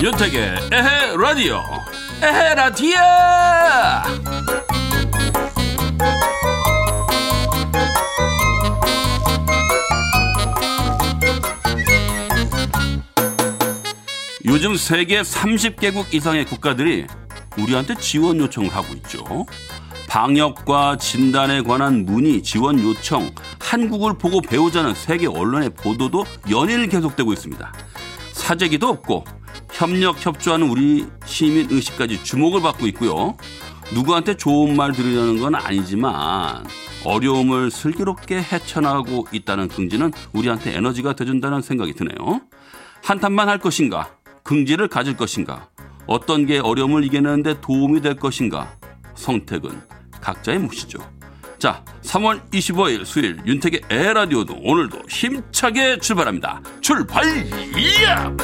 선택의 에헤 라디오 에헤 라디오 요즘 세계 30개국 이상의 국가들이 우리한테 지원 요청을 하고 있죠. 방역과 진단에 관한 문의, 지원 요청, 한국을 보고 배우자는 세계 언론의 보도도 연일 계속되고 있습니다. 사재기도 없고 협력 협조하는 우리 시민 의식까지 주목을 받고 있고요. 누구한테 좋은 말 들으려는 건 아니지만 어려움을 슬기롭게 헤쳐나가고 있다는 긍지는 우리한테 에너지가 되준다는 생각이 드네요. 한탄만 할 것인가? 긍지를 가질 것인가? 어떤 게 어려움을 이겨내는데 도움이 될 것인가? 선택은 각자의 몫이죠. 자, 3월 25일 수요일 윤택의 에라디오도 오늘도 힘차게 출발합니다. 출발! 이야!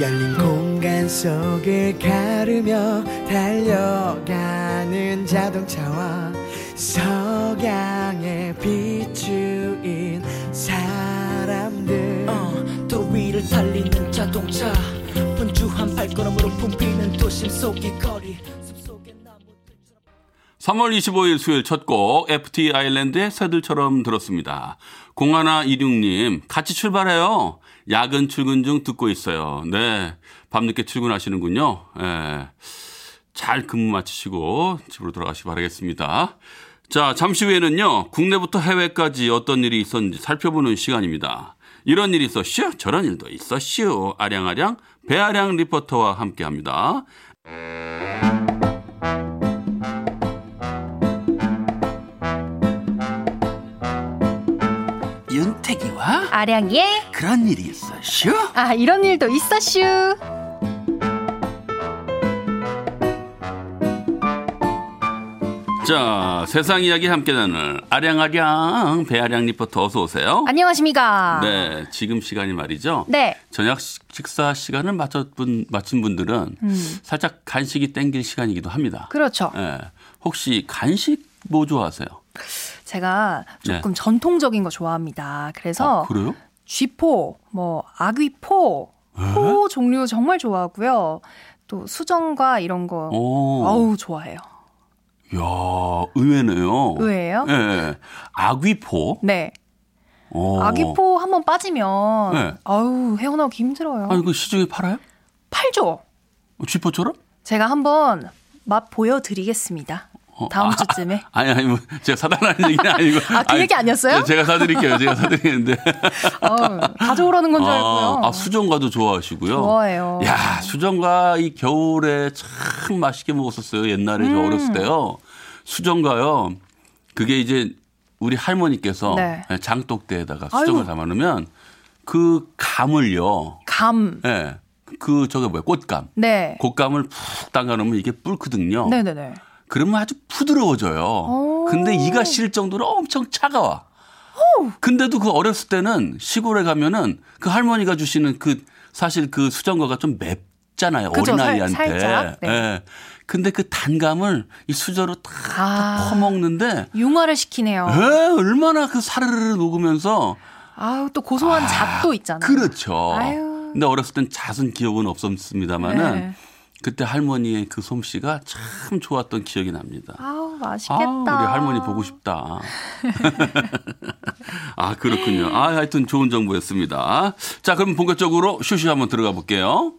열린 공간 속을 가르며 달려가는 자동차와 석양에 비추인 사람들 어, 더위를 달리는 자동차 분주한 발걸음으로 붐비는 도심 속의 거리 숲속의 나무들처럼 3월 25일 수요일 첫 곡 FT 아일랜드의 새들처럼 들었습니다. 0126님 같이 출발해요. 야근 출근 중 듣고 있어요. 네, 밤늦게 출근하시는군요. 예. 잘 근무 마치시고 집으로 돌아가시기 바라겠습니다. 자, 잠시 후에는요. 국내부터 해외까지 어떤 일이 있었는지 살펴보는 시간입니다. 이런 일이 있었슈, 저런 일도 있었슈. 아량아량 배아량 리포터와 함께합니다. 윤태기와 아량이의 그런 일이 있었슈? 아 이런 일도 있었슈. 자, 세상 이야기 함께 나눌 아량아량 배아량 리포터 어서 오세요. 안녕하십니까. 네, 지금 시간이 말이죠. 아. 네. 저녁 식- 식사 시간을 맞췄분 마친 분들은 살짝 간식이 땡길 시간이기도 합니다. 음. 그렇죠. 예. 혹시 간식 뭐 좋아하세요? 제가 조금 전통적인 거 좋아합니다. 그래서 네. 아, 그래요? 쥐포, 뭐 아귀포, 포 종류 정말 좋아하고요. 또 수정과 이런 거 오. 어우 좋아해요. 야, 의외네요. 의외예요? 예, 예. 아귀포. 네. 오. 아귀포 한 번 빠지면 어. 네. 아우 헤어나오기 힘들어요. 아니 그 시중에 팔아요? 팔죠. 쥐포처럼? 제가 한번 맛 보여드리겠습니다. 다음 아, 주쯤에. 아니 아니 뭐 제가 사달라는 얘기는 아니고 아, 그 얘기 아니었어요? 제가 사드릴게요. 제가 사드리는데. 어우, 가져오라는 건 줄 아, 알고요. 아, 수정과도 좋아하시고요. 좋아해요. 야 수정과 이 겨울에 참 맛있게 먹었었어요. 옛날에 음. 저 어렸을 때요. 수정과요. 그게 이제 우리 할머니께서 예, 네. 장독대에다가 아이고. 수정을 담아놓으면 그 감을요. 감. 예. 그 저게 뭐야 꽃감. 네. 곶감을 푹 담가놓으면 이게 뿔거든요. 네네네. 그러면 아주 부드러워져요. 근데 이가 실 정도로 엄청 차가워. 근데도 그 어렸을 때는 시골에 가면은 그 할머니가 주시는 그 사실 그 수정과가 좀 맵잖아요. 그죠, 살- 어린아이한테. 살짝, 네. 예. 근데 그 단감을 이 수저로 다 아. 퍼먹는데 융화를 시키네요. 에, 얼마나 그 사르르 녹으면서 아우 또 고소한 잣도 있잖아요. 그렇죠. 아유. 근데 어렸을 땐 잣은 기억은 없었습니다만은 네. 그때 할머니의 그 솜씨가 참 좋았던 기억이 납니다. 아우 아, 맛있겠다. 우리 할머니 보고 싶다. 아, 그렇군요. 아, 하여튼 좋은 정보였습니다. 자, 그럼 본격적으로 슈슈 한번 들어가 볼게요.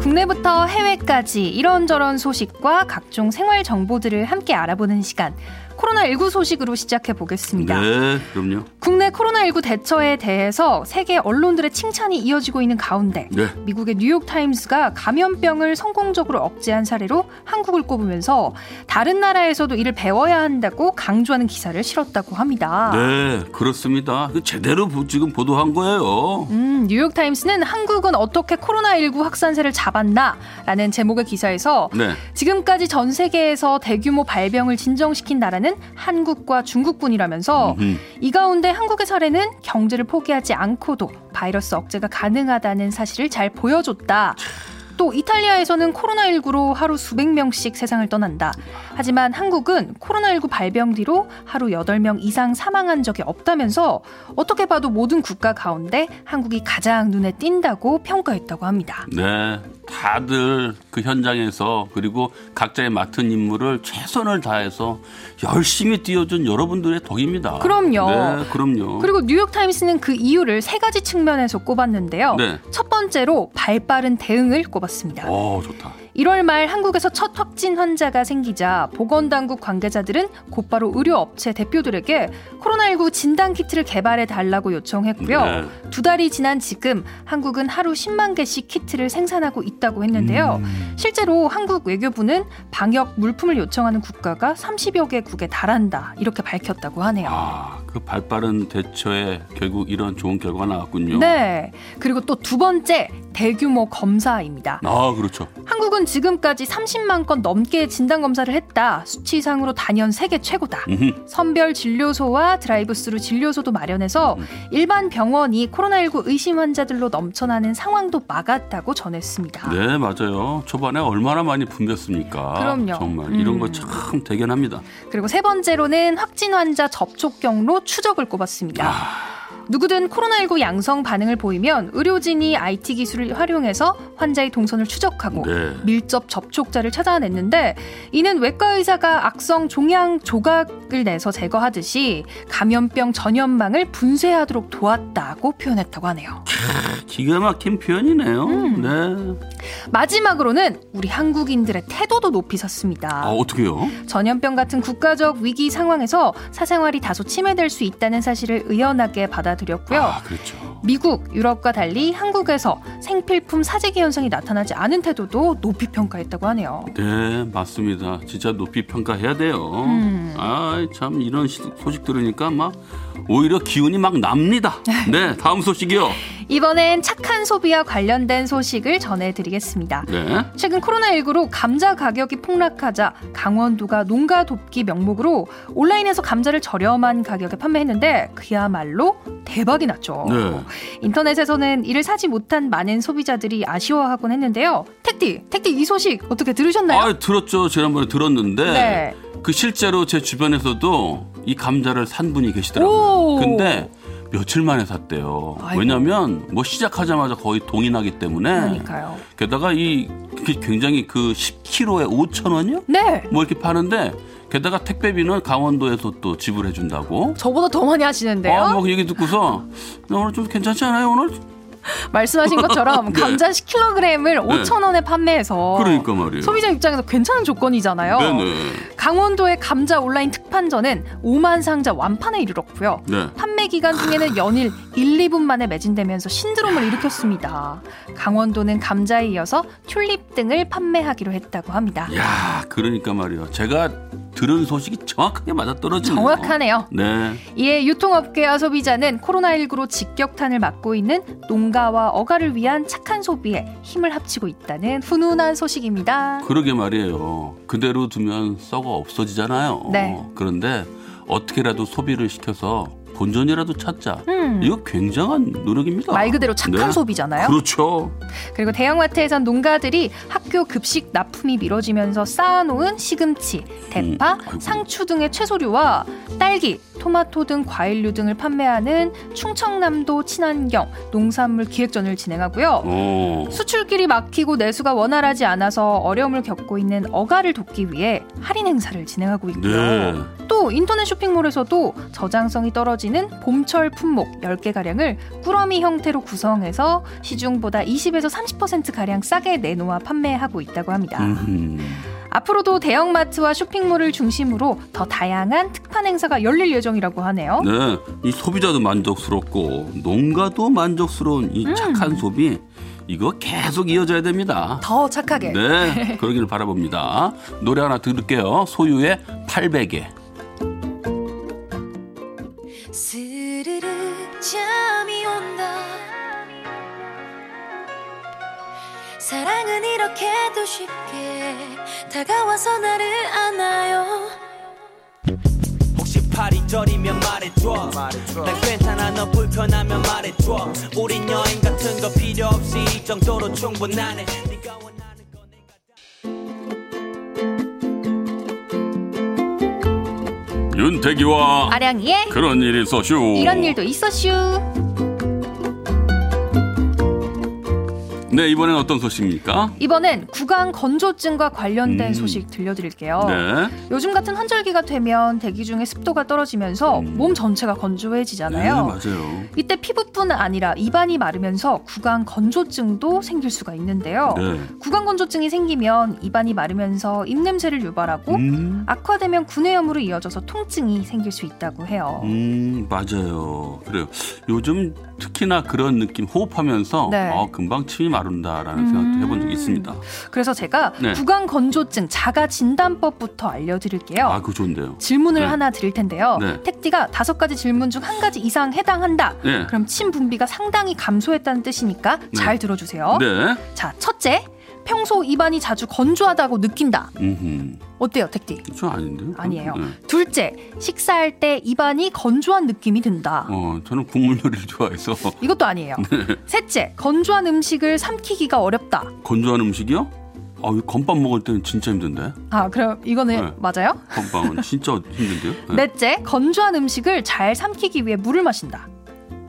국내부터 해외까지 이런저런 소식과 각종 생활 정보들을 함께 알아보는 시간. 코로나19 소식으로 시작해 보겠습니다. 네, 그럼요. 국내 코로나19 대처에 대해서 세계 언론들의 칭찬이 이어지고 있는 가운데 네. 미국의 뉴욕타임스가 감염병을 성공적으로 억제한 사례로 한국을 꼽으면서 다른 나라에서도 이를 배워야 한다고 강조하는 기사를 실었다고 합니다. 네, 그렇습니다. 그 제대로 보- 지금 보도한 거예요. 음, 뉴욕타임스는 한국은 어떻게 코로나19 확산세를 잡았나? 라는 제목의 기사에서 네. 지금까지 전 세계에서 대규모 발병을 진정시킨 나라는 한국과 중국뿐이라면서 음. 이 가운데 한국의 사례는 경제를 포기하지 않고도 바이러스 억제가 가능하다는 사실을 잘 보여줬다. 또 이탈리아에서는 코로나19로 하루 수백 명씩 세상을 떠난다. 하지만 한국은 코로나19 발병 뒤로 하루 8명 이상 사망한 적이 없다면서 어떻게 봐도 모든 국가 가운데 한국이 가장 눈에 띈다고 평가했다고 합니다. 네, 다들 그 현장에서 그리고 각자의 맡은 임무를 최선을 다해서 열심히 뛰어준 여러분들의 덕입니다. 그럼요. 네, 그럼요. 그리고 뉴욕타임스는 그 이유를 세 가지 측면에서 꼽았는데요. 네. 첫 번째로 발빠른 대응을 꼽았습니다. 오, 어, 좋다. 1월 말 한국에서 첫 확진 환자가 생기자 보건당국 관계자들은 곧바로 의료업체 대표들에게 코로나19 진단키트를 개발해 달라고 요청했고요. 네. 두 달이 지난 지금 한국은 하루 10만 개씩 키트를 생산하고 있다고 했는데요. 음. 실제로 한국 외교부는 방역 물품을 요청하는 국가가 30여 개국에 달한다 이렇게 밝혔다고 하네요. 아, 그 발빠른 대처에 결국 이런 좋은 결과가 나왔군요. 네. 그리고 또 두 번째 대규모 검사입니다. 아, 그렇죠. 한국은 지금까지 30만 건 넘게 진단 검사를 했다. 수치상으로 단연 세계 최고다. 음흠. 선별 진료소와 드라이브스루 진료소도 마련해서 음. 일반 병원이 코로나19 의심 환자들로 넘쳐나는 상황도 막았다고 전했습니다. 네, 맞아요. 초반에 얼마나 많이 붐볐습니까? 그럼요. 정말 음. 이런 거 참 대견합니다. 그리고 세 번째로는 확진 환자 접촉 경로 추적을 꼽았습니다. 아. 누구든 코로나19 양성 반응을 보이면 의료진이 IT 기술을 활용해서 환자의 동선을 추적하고 네. 밀접 접촉자를 찾아냈는데 이는 외과 의사가 악성 종양 조각을 내서 제거하듯이 감염병 전염망을 분쇄하도록 도왔다고 표현했다고 하네요. 기가 막힌 표현이네요. 음. 네. 마지막으로는 우리 한국인들의 태도도 높이 섰습니다. 아, 어떻게요? 전염병 같은 국가적 위기 상황에서 사생활이 다소 침해될 수 있다는 사실을 의연하게 받아들였고요. 아, 그렇죠. 미국, 유럽과 달리 한국에서 생필품 사재기 현상이 나타나지 않은 태도도 높이 평가했다고 하네요. 네, 맞습니다. 진짜 높이 평가해야 돼요. 음. 아, 참 이런 시- 소식 들으니까 막 오히려 기운이 막 납니다. 네, 다음 소식이요. 이번엔 착한 소비와 관련된 소식을 전해드리겠습니다. 네. 최근 코로나19로 감자 가격이 폭락하자 강원도가 농가 돕기 명목으로 온라인에서 감자를 저렴한 가격에 판매했는데 그야말로 대박이 났죠. 네. 인터넷에서는 이를 사지 못한 많은 소비자들이 아쉬워하곤 했는데요. 택디, 택디 이 소식 어떻게 들으셨나요? 아, 들었죠. 지난번에 들었는데 네. 그 실제로 제 주변에서도 이 감자를 산 분이 계시더라고요. 오. 근데 며칠 만에 샀대요. 아이고. 왜냐면 뭐 시작하자마자 거의 동인하기 때문에 그러니까요. 게다가 이 그게 굉장히 그 10kg에 5천 원이요? 네. 뭐 이렇게 파는데 게다가 택배비는 강원도에서 또 지불해 준다고. 저보다 더 많이 하시는데요. 아, 뭐 얘기 듣고서 나 오늘 좀 괜찮지 않아요 오늘? 말씀하신 것처럼 네. 감자 10kg을 5천 원에 판매해서 그러니까 말이에요. 어. 소비자 입장에서 괜찮은 조건이잖아요. 네네. 강원도의 감자 온라인 특판전은 5만 상자 완판에 이르렀고요. 네. 판매 기간 중에는 연일 1, 2분 만에 매진되면서 신드롬을 일으켰습니다. 강원도는 감자에 이어서 튤립 등을 판매하기로 했다고 합니다. 야, 그러니까 말이에요. 제가 들은 소식이 정확하게 맞아떨어지네요. 정확하네요. 네. 이에 유통업계와 소비자는 코로나19로 직격탄을 맞고 있는 농가와 어가를 위한 착한 소비에 힘을 합치고 있다는 훈훈한 소식입니다. 그러게 말이에요. 그대로 두면 썩어 없어지잖아요. 네. 그런데 어떻게라도 소비를 시켜서 본전이라도 찾자. 음, 이거 굉장한 노력입니다. 말 그대로 착한 네. 소비잖아요. 그렇죠. 그리고 대형마트에선 농가들이 학교 급식 납품이 미뤄지면서 쌓아놓은 시금치, 대파, 음, 아이고. 상추 등의 채소류와 딸기, 토마토 등 과일류 등을 판매하는 충청남도 친환경 농산물 기획전을 진행하고요. 어. 수출길이 막히고 내수가 원활하지 않아서 어려움을 겪고 있는 어가를 돕기 위해 할인 행사를 진행하고 있고요. 네. 또 인터넷 쇼핑몰에서도 저장성이 떨어지는 봄철 품목 10개가량을 꾸러미 형태로 구성해서 시중보다 20에서 30%가량 싸게 내놓아 판매하고 있다고 합니다. 음흠. 앞으로도 대형마트와 쇼핑몰을 중심으로 더 다양한 특판 행사가 열릴 예정이라고 하네요. 네. 이 소비자도 만족스럽고 농가도 만족스러운 음. 이 착한 소비 이거 계속 이어져야 됩니다. 더 착하게. 네, 그러기를 바라봅니다. 노래 하나 들을게요. 소유의 800에. 스르르 잠이 온다 사랑은 이렇게도 쉽게 다가와서 나를 안아요 혹시 팔이 저리면 말해줘 난 괜찮아 너 불편하면 말해줘 우린 여행 같은 거 필요 없이 이 정도로 충분하네 네가 원하는 거 내가 다 윤태기와 아량이의 그런 일이 있었슈. 이런 일도 있었슈. 네, 이번엔 어떤 소식입니까? 이번엔 구강 건조증과 관련된 음. 소식 들려드릴게요. 네. 요즘 같은 환절기가 되면 대기 중에 습도가 떨어지면서 음. 몸 전체가 네, 건조해지잖아요. 맞아요. 이때 피부뿐 아니라 입안이 마르면서 구강 건조증도 생길 수가 있는데요. 네. 구강 건조증이 생기면 입안이 마르면서 입냄새를 유발하고 음. 악화되면 구내염으로 이어져서 통증이 생길 수 있다고 해요. 음, 맞아요. 그래요. 요즘 특히나 그런 느낌 호흡하면서 네. 음. 어. 어, 금방 침이 마른다라는 생각도 해본 적이 있습니다. 그래서 제가 네. 구강 건조증 자가 진단법부터 알려드릴게요. 아, 그거 좋은데요. 질문을 네. 하나 드릴 텐데요. 네. 택디가 다섯 가지 질문 중 한 가지 이상 해당한다. 네. 그럼 침 분비가 상당히 감소했다는 뜻이니까 잘 들어주세요. 네. 자, 첫째, 평소 입안이 자주 건조하다고 느낀다. 음. 어때요, 택디? 저 아닌데요? 아니에요. 네. 둘째, 식사할 때 입안이 건조한 느낌이 든다. 어, 저는 국물 요리를 좋아해서 네. 이것도 아니에요. 음. 셋째, 건조한 음식을 삼키기가 어렵다. 건조한 음식이요? 아, 이 건빵 먹을 때는 진짜 힘든데. 아, 그럼 이거는 네. 맞아요? 건빵은 진짜 힘든데요? 네. 넷째, 건조한 음식을 잘 삼키기 위해 물을 마신다.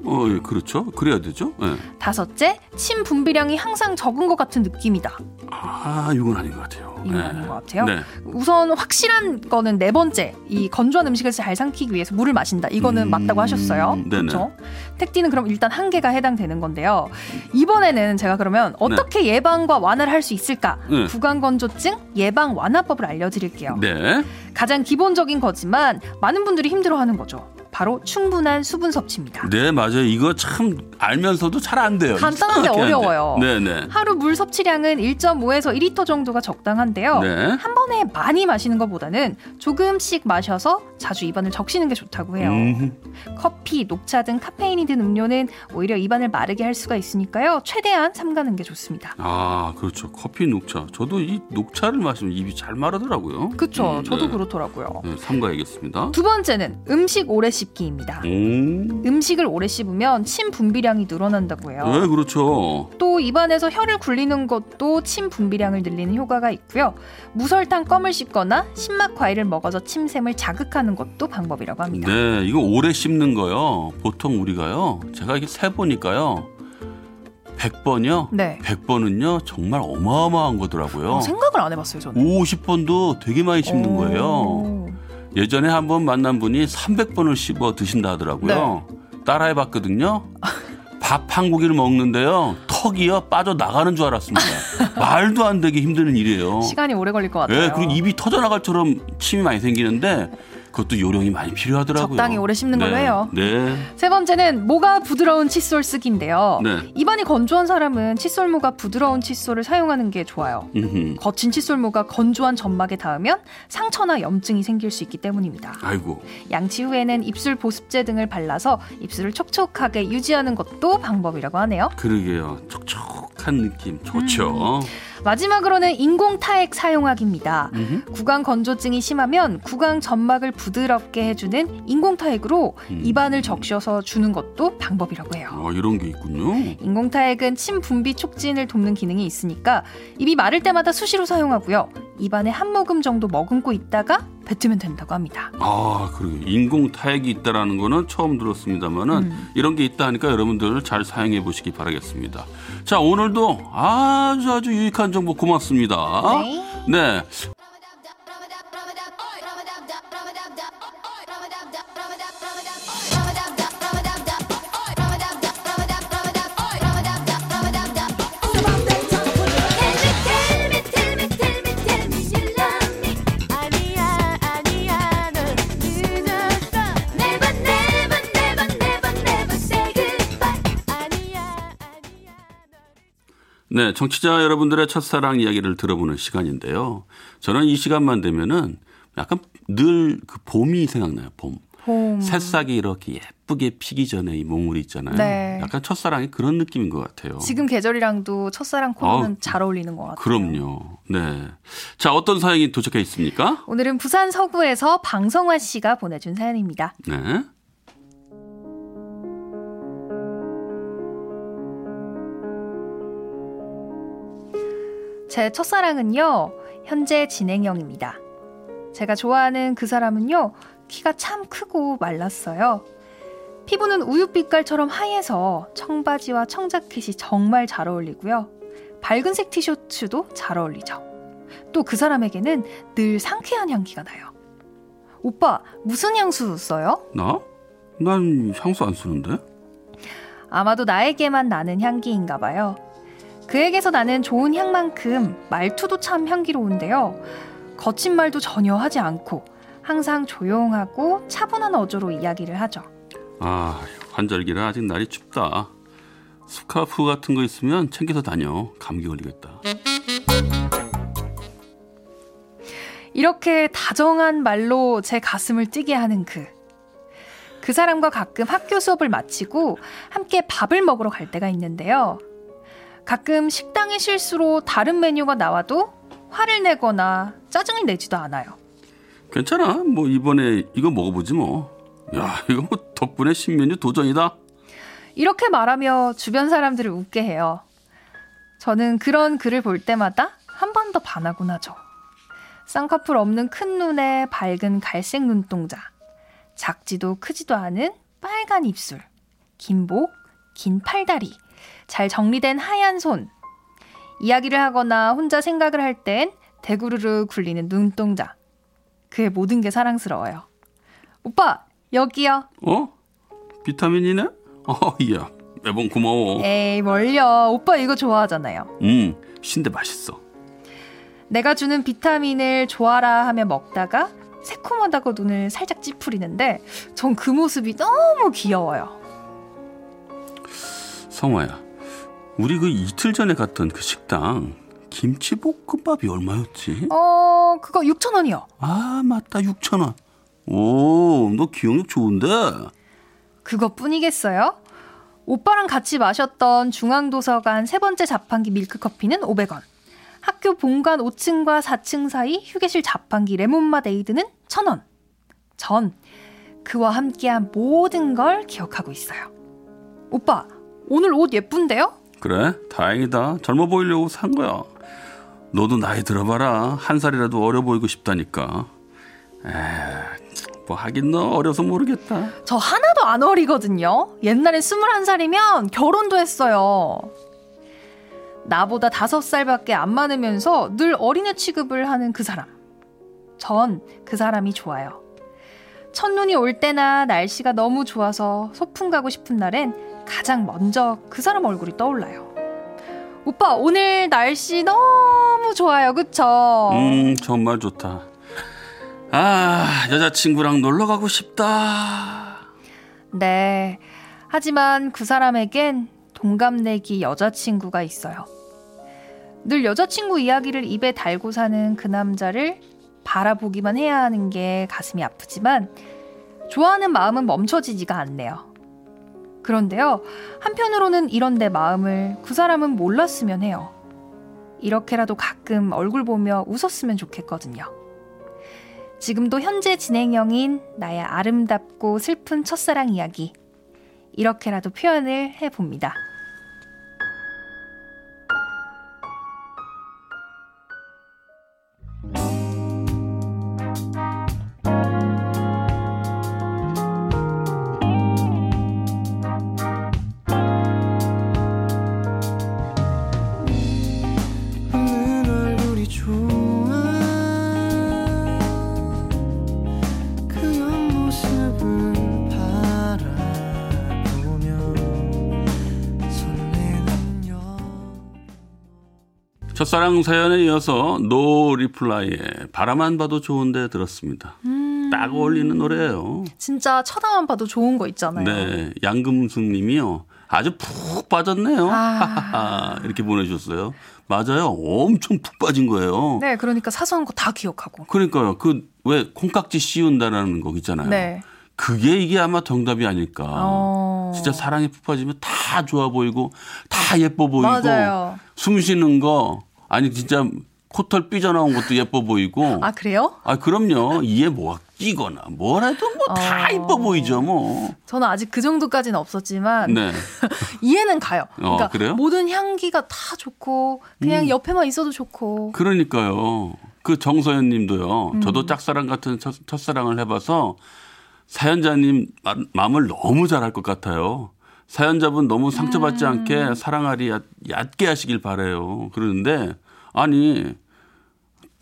어, 예, 그렇죠. 그래야 되죠. 예. 다섯째, 침 분비량이 항상 적은 것 같은 느낌이다. 아, 이건 아닌 것 같아요. 이건 아닌 것 같아요? 네. 우선 확실한 거는 네 번째 이 건조한 음식을 잘 삼키기 위해서 물을 마신다 이거는 음, 맞다고 하셨어요 네네. 그렇죠 택디는 그럼 일단 한 개가 해당되는 건데요 이번에는 제가 그러면 어떻게 예방과 완화를 할 수 있을까 네. 구강 건조증 예방 완화법을 알려드릴게요 네. 가장 기본적인 거지만 많은 분들이 힘들어하는 거죠 바로 충분한 수분 섭취입니다 네, 맞아요. 이거 참 알면서도 잘 안 돼요. 이상하게 간단한데 안 돼. 어려워요. 네, 네. 하루 물 섭취량은 1.5에서 1리터 정도가 적당한데요 네. 한 번에 많이 마시는 것보다는 조금씩 마셔서 자주 입안을 적시는 게 좋다고 해요. 음, 커피, 녹차 등 카페인이 든 음료는 오히려 입안을 마르게 할 수가 있으니까요. 최대한 삼가는 게 좋습니다. 아, 그렇죠. 커피 녹차. 저도 이 녹차를 마시면 입이 잘 마르더라고요. 그쵸? 음, 저도 네. 그렇더라고요. 네, 삼가야겠습니다. 두 번째는 음식 오래 씹기입니다. 오. 음식을 오래 씹으면 침 분비량이 늘어난다고 해요. 네, 그렇죠. 또 입안에서 혀를 굴리는 것도 침 분비량을 늘리는 효과가 있고요. 무설탕 껌을 씹거나 신맛 과일을 먹어서 침샘을 자극하는 것도 방법이라고 합니다. 네, 이거 오래 씹는 거요. 보통 우리가요. 제가 이게 세 보니까요. 100번이요. 네. 100번은요. 정말 어마어마한 거더라고요. 어, 생각을 안 해봤어요, 저는. 50번도 되게 많이 씹는 오. 거예요. 예전에 한 번 만난 분이 300번을 씹어 드신다 하더라고요. 네. 따라해 봤거든요. 밥 한 고기를 먹는데요. 턱이요. 빠져 나가는 줄 알았습니다. 말도 안 되게 힘드는 일이에요. 시간이 오래 걸릴 것 예, 같아요. 그리고 입이 터져 나갈처럼 침이 많이 생기는데 그것도 요령이 많이 필요하더라고요. 적당히 오래 씹는 걸로 네, 해요. 네. 세 번째는 모가 부드러운 칫솔 쓰기인데요. 네. 입안이 건조한 사람은 칫솔 모가 부드러운 칫솔을 사용하는 게 좋아요. 음흠. 거친 칫솔 모가 건조한 점막에 닿으면 상처나 염증이 생길 수 있기 때문입니다. 아이고. 양치 후에는 입술 보습제 등을 발라서 입술을 촉촉하게 유지하는 것도 방법이라고 하네요. 그러게요. 촉촉한 느낌 좋죠. 마지막으로는 인공 타액 사용하기입니다. 음흠. 구강 건조증이 심하면 구강 점막을 부드럽게 해주는 인공 타액으로 음. 입안을 적셔서 주는 것도 방법이라고 해요. 어, 이런 게 있군요. 인공타액은 침 분비 촉진을 돕는 기능이 있으니까 입이 마를 때마다 수시로 사용하고요. 입안에 한 모금 정도 머금고 있다가 뱉으면 된다고 합니다. 아, 그러게 인공 타액이 있다라는 거는 처음 들었습니다만은 음. 이런 게 있다 하니까 여러분들 잘 사용해 보시기 바라겠습니다. 자, 오늘도 아주 아주 유익한 정보 고맙습니다. 네. 네, 정치자 여러분들의 첫사랑 이야기를 들어보는 시간인데요. 저는 이 시간만 되면은 약간 늘 그 봄이 생각나요, 봄. 봄. 새싹이 이렇게 예쁘게 피기 전에 이 몽우리 있잖아요. 네. 약간 첫사랑이 그런 느낌인 것 같아요. 지금 계절이랑도 첫사랑 코로는 아우, 잘 어울리는 것 같아요. 그럼요. 네. 자, 어떤 사연이 도착해 있습니까? 오늘은 부산 서구에서 방성화 씨가 보내준 사연입니다. 네. 제 첫사랑은요, 현재 진행형입니다. 제가 좋아하는 그 사람은요, 키가 참 크고 말랐어요. 피부는 우유빛깔처럼 하얘서 청바지와 청자켓이 정말 잘 어울리고요. 밝은색 티셔츠도 잘 어울리죠. 또 그 사람에게는 늘 상쾌한 향기가 나요. 오빠, 무슨 향수 써요? 나? 난 향수 안 쓰는데? 아마도 나에게만 나는 향기인가 봐요. 그에게서 나는 좋은 향만큼 말투도 참 향기로운데요. 거친 말도 전혀 하지 않고 항상 조용하고 차분한 어조로 이야기를 하죠. 아, 환절기라 아직 날이 춥다. 스카프 같은 거 있으면 챙겨서 다녀. 감기 걸리겠다. 이렇게 다정한 말로 제 가슴을 뛰게 하는 그. 그 사람과 가끔 학교 수업을 마치고 함께 밥을 먹으러 갈 때가 있는데요. 가끔 식당의 실수로 다른 메뉴가 나와도 화를 내거나 짜증을 내지도 않아요. 괜찮아. 뭐 이번에 이거 먹어보지 뭐. 야, 이거 뭐 덕분에 신메뉴 도전이다. 이렇게 말하며 주변 사람들을 웃게 해요. 저는 그런 글을 볼 때마다 한 번 더 반하곤 하죠. 쌍꺼풀 없는 큰 눈에 밝은 갈색 눈동자, 작지도 크지도 않은 빨간 입술, 긴 목, 긴 팔다리, 잘 정리된 하얀 손. 이야기를 하거나 혼자 생각을 할 땐 대구르르 굴리는 눈동자. 그의 모든 게 사랑스러워요. 오빠, 여기요. 어? 비타민이네? 어, 이야. 매번 고마워. 에이, 멀려. 오빠 이거 좋아하잖아요. 음, 신데 맛있어. 내가 주는 비타민을 좋아라 하며 먹다가 새콤하다고 눈을 살짝 찌푸리는데 전 그 모습이 너무 귀여워요. 성화야, 우리 그 이틀 전에 갔던 그 식당 김치볶음밥이 얼마였지? 어, 그거 6천 원이요. 아 맞다 6천 원. 오, 너 기억력 좋은데? 그것뿐이겠어요? 오빠랑 같이 마셨던 중앙도서관 세 번째 자판기 밀크커피는 500원. 학교 본관 5층과 4층 사이 휴게실 자판기 레몬맛 에이드는 1000원. 전 그와 함께한 모든 걸 기억하고 있어요. 오빠, 오늘 옷 예쁜데요? 그래, 다행이다. 젊어 보이려고 산 거야. 너도 나이 들어봐라. 한 살이라도 어려 보이고 싶다니까. 에, 뭐 하긴 너 어려서 모르겠다. 저 하나도 안 어리거든요. 옛날에 21살이면 결혼도 했어요. 나보다 5살밖에 안 많으면서 늘 어린애 취급을 하는 그 사람. 전 그 사람이 좋아요. 첫눈이 올 때나 날씨가 너무 좋아서 소풍 가고 싶은 날엔 가장 먼저 그 사람 얼굴이 떠올라요. 오빠, 오늘 날씨 너무 좋아요. 그쵸? 음, 정말 좋다. 아, 여자친구랑 놀러 가고 싶다. 네. 하지만 그 사람에겐 동갑내기 여자친구가 있어요. 늘 여자친구 이야기를 입에 달고 사는 그 남자를 바라보기만 해야 하는 게 가슴이 아프지만 좋아하는 마음은 멈춰지지가 않네요. 그런데요, 한편으로는 이런 내 마음을 그 사람은 몰랐으면 해요. 이렇게라도 가끔 얼굴 보며 웃었으면 좋겠거든요. 지금도 현재 진행형인 나의 아름답고 슬픈 첫사랑 이야기. 이렇게라도 표현을 해봅니다. 웃는 얼굴이 좋아 그 옆모습을 바라보며 설레는 여 첫사랑 사연에 이어서 노 리플라이의 바라만 봐도 좋은데 들었습니다. 딱 어울리는 노래예요. 진짜 쳐다만 봐도 좋은 거 있잖아요. 네, 양금숙 님이요. 아주 푹 빠졌네요. 아. 이렇게 보내주셨어요. 맞아요. 엄청 푹 빠진 거예요. 네, 그러니까 사소한 거 다 기억하고. 그러니까요. 그 왜 콩깍지 씌운다라는 거 있잖아요. 네. 그게 이게 아마 정답이 아닐까. 어. 진짜 사랑에 푹 빠지면 다 좋아 보이고 다 예뻐 보이고 맞아요. 숨 쉬는 거 아니 진짜 코털 삐져나온 것도 예뻐 보이고 아 그래요? 아 그럼요 이에 뭐가 끼거나 뭐라도 뭐 다 어. 예뻐 보이죠 뭐 저는 아직 그 정도까지는 없었지만 네. 어, 이해는 가요. 그러니까 그래요? 음. 모든 향기가 다 좋고 그냥 옆에만 있어도 좋고 그러니까요. 그 정서연 님도요. 음. 저도 짝사랑 같은 첫, 첫사랑을 해봐서 사연자님 마, 마음을 너무 잘할 것 같아요. 사연자분 너무 음. 상처받지 않게 사랑하리 얕, 얕게 하시길 바래요. 그러는데 아니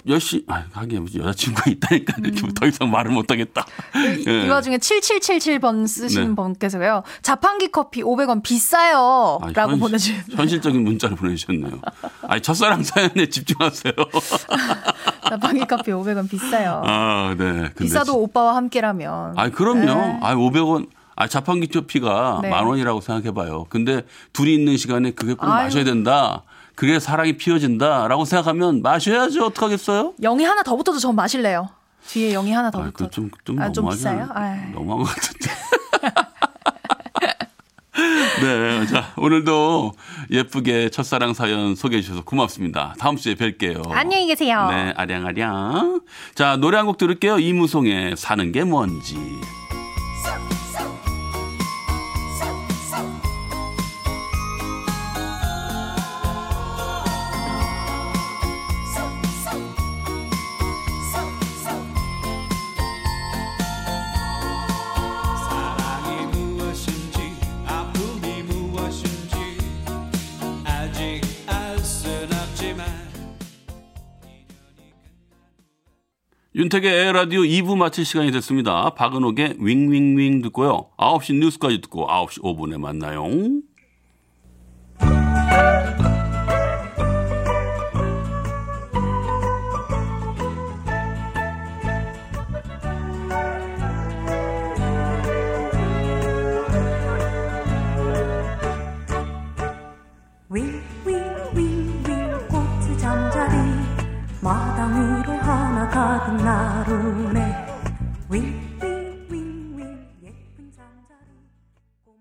열심히 아, 하긴 여자친구가 있다니까 이렇게 더 이상 말을 못하겠다. 음. 이, 예. 이 와중에 7777번 쓰시는 네. 분께서요. 자판기 커피 500원 비싸요. 아, 라고 현- 보내주셨어요. 현실적인 문자를 보내주셨네요. 아니 첫사랑 사연에 집중하세요. 아. 자판기 커피 500원 비싸요. 아, 네. 근데 비싸도 오빠와 함께라면. 아 그럼요. 아 500원. 아 자판기 초피가 네. 만 원이라고 생각해봐요. 근데 둘이 있는 시간에 그게 꼭 아유. 마셔야 된다. 그게 사랑이 피어진다라고 생각하면 마셔야죠. 어떡하겠어요? 영이 하나 더 붙어도 전 마실래요. 뒤에 영이 하나 더 아, 붙어도. 그좀좀 좀 아, 좀 너무하지 비싸요? 않아요? 아이. 너무한 것 같은데. 네, 자 오늘도 예쁘게 첫사랑 사연 소개해 주셔서 고맙습니다. 다음 주에 뵐게요. 안녕히 계세요. 어. 네, 아량아량. 자 노래 한 곡 들을게요. 이무송의 사는 게 뭔지. 사랑이 무엇인지 아픔이 무엇인지 아직 알 순 없지만 윤택의 에어라디오 2부 마칠 시간이 됐습니다. 박은옥의 윙윙윙 듣고요. 9시 뉴스까지 듣고 9시 5분에 만나요. 윙윙윙윙 꽃이 잠자리 마당으로 하나 가득 나루네 윙윙윙윙